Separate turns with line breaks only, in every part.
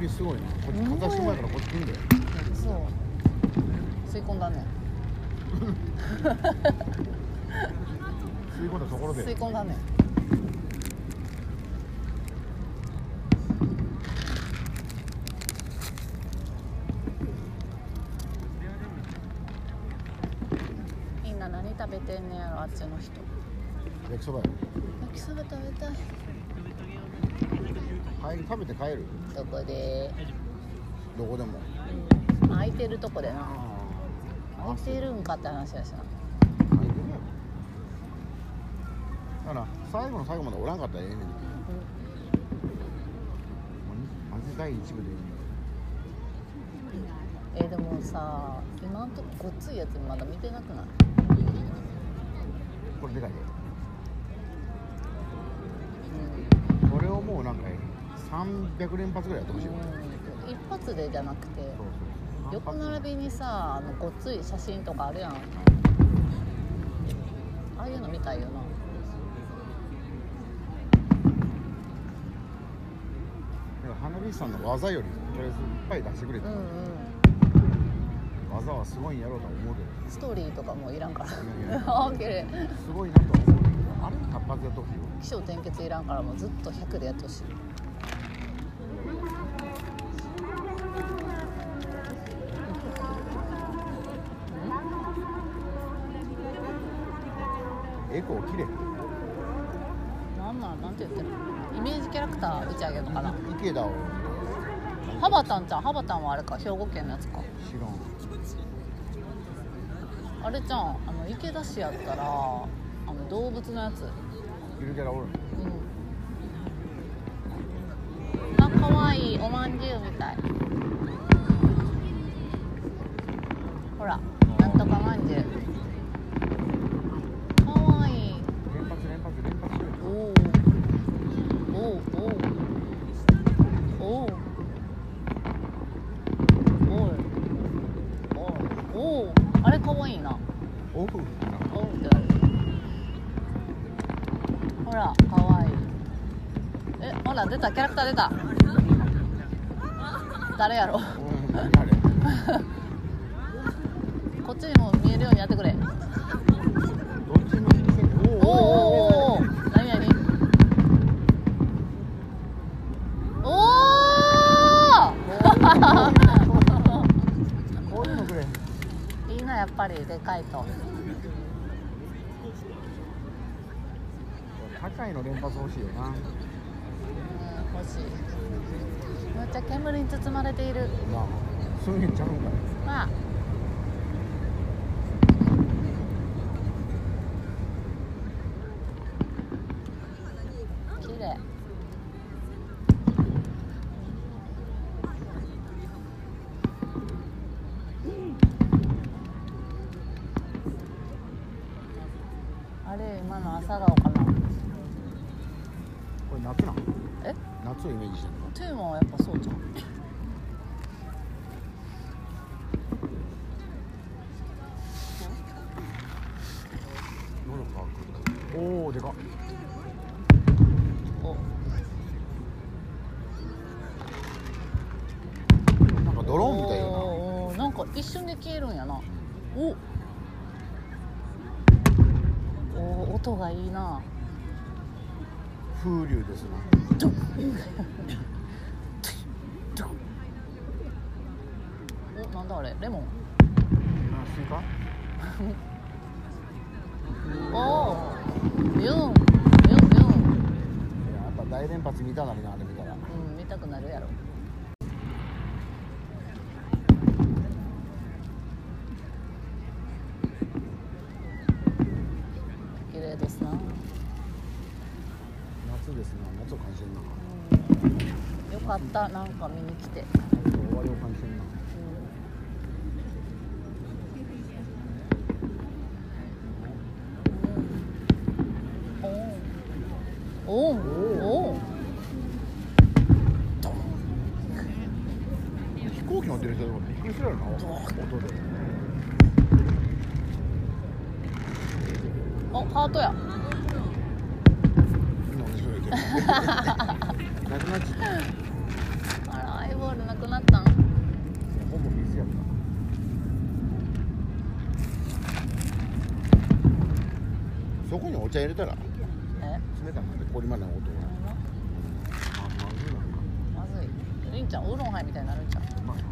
りすごいなこっち片足前からこっち来んだよ
そう吸い込んだね
吸い込んだところで
吸い込んだねみんな何食べてんねやろあっちの人
焼きそばや
焼きそば食べたい
帰り食べて帰る
どこで、
どこでも
うん、空いてるとこでな空いてるんかって話やしな
空いてるやろだから最後の最後までおらんかったらええねんもうマジ第一部でいいんだ
えーでもさ今んとこごっついやつまだ見てなくない
これでかいで
う
これをもうなんか300連発ぐらいやってほしいよ
ん、一発でじゃなくて
そうそう
横並びにさあのごっつい写真とかあるやんああいうの見たいよな
なんか花火師さんの技よりとりあえずいっぱい出してくれて、
うんうん
技はすごいんやろうとは思うけど
ストーリーとかもういらんから
いやい
ああ綺麗
すごいなとは思うけどあれ活発やときよ
起承転結いらんからもうずっと100でやってほしい
エコー切れ
なんなんなんて言ってるイメージキャラクター打ち上げるのかな
池田を
ハバタンちゃんハバタンはあれか兵庫県のやつか
知らん
あれじゃんあの池田市やったらあの動物のやつ
ゆるキャラおるん
うんあ可愛いおまんじゅうみたいほらなんとかまんじゅう可愛い
連発連発連発しよ
おおおおおおおおおあれ可愛いな
オフなんか
おうってなるほらかわいいえほら出たキャラクター出た誰やろ
うん何あれ
こっちにも見えるようにやってくれ
どっちも見せて
おーお
お
おーおーおー何何
ー
お
こういうのくれ
お いいなやっぱりでかいと
高いの連発欲しいよな
うん欲しいむっちゃ煙に包まれている
なあそういうんちゃうんかい
まあ綺麗あれ今の朝顔かな
これ夏なん
え
夏をイメージしてるの
トゥーモンはやっぱそうじゃん
喉乾くおおでかっ
お
なんかドローンみたいよ
おーおーなんか一瞬で消えるんやなおおー音がいいな
な風流ですな
ドンドンおなんだあれレモン
あスイカ
おおビュンビュン
い
ビュン
ややっぱ大連発見たなるなあれ見たら
うん見たくなるやろ綺麗ですな
夏ですな夏を感じるな
うんよかったなんか見に来て、
夏の終わりを感じるな
うん、おんおんおん
飛行機乗ってる人とかびっくりするやろな音で
おハートや
みんな同じこと言うけどなくなっちゃった
あらいボールなくなったん
ほぼ水やったそこにお茶入れたら
え
冷たなんで氷までの音がままずいな
まずいりんちゃんウーロンハイみたいになるんちゃう
うまいな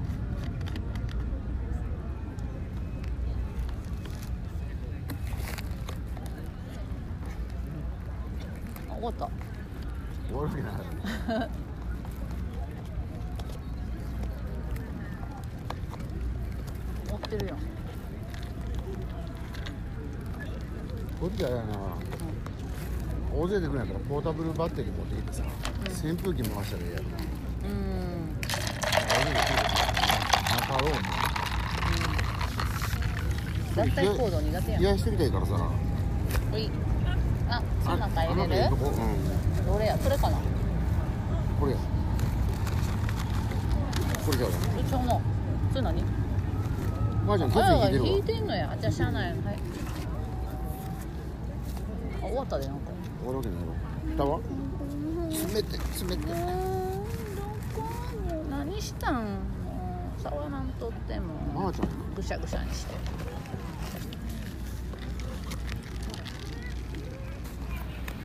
あ終わった
終わるわけない
持ってるよ
こっちはやな大勢で来るんやったらポータブルバッテリー持ってきてさ、扇風機回したらええやろな
うん
大勢で来るからなかろうも
絶対行動苦手やん
冷やしてみたいからさ
ほいあその中入
あ
れ
あなたいい
る
とこうん
どれやそれかな
これやこれじゃあ
うちょのそれ何
おばあちゃん
あ
血
や
液引い
が
てる
引
わ
いてんのやじゃあしゃあないはいあ終わったでなんか
終わるわけないやろ蓋は冷て冷て
どこ何したんもう触らんとっても
マーちゃん
ぐしゃぐしゃにして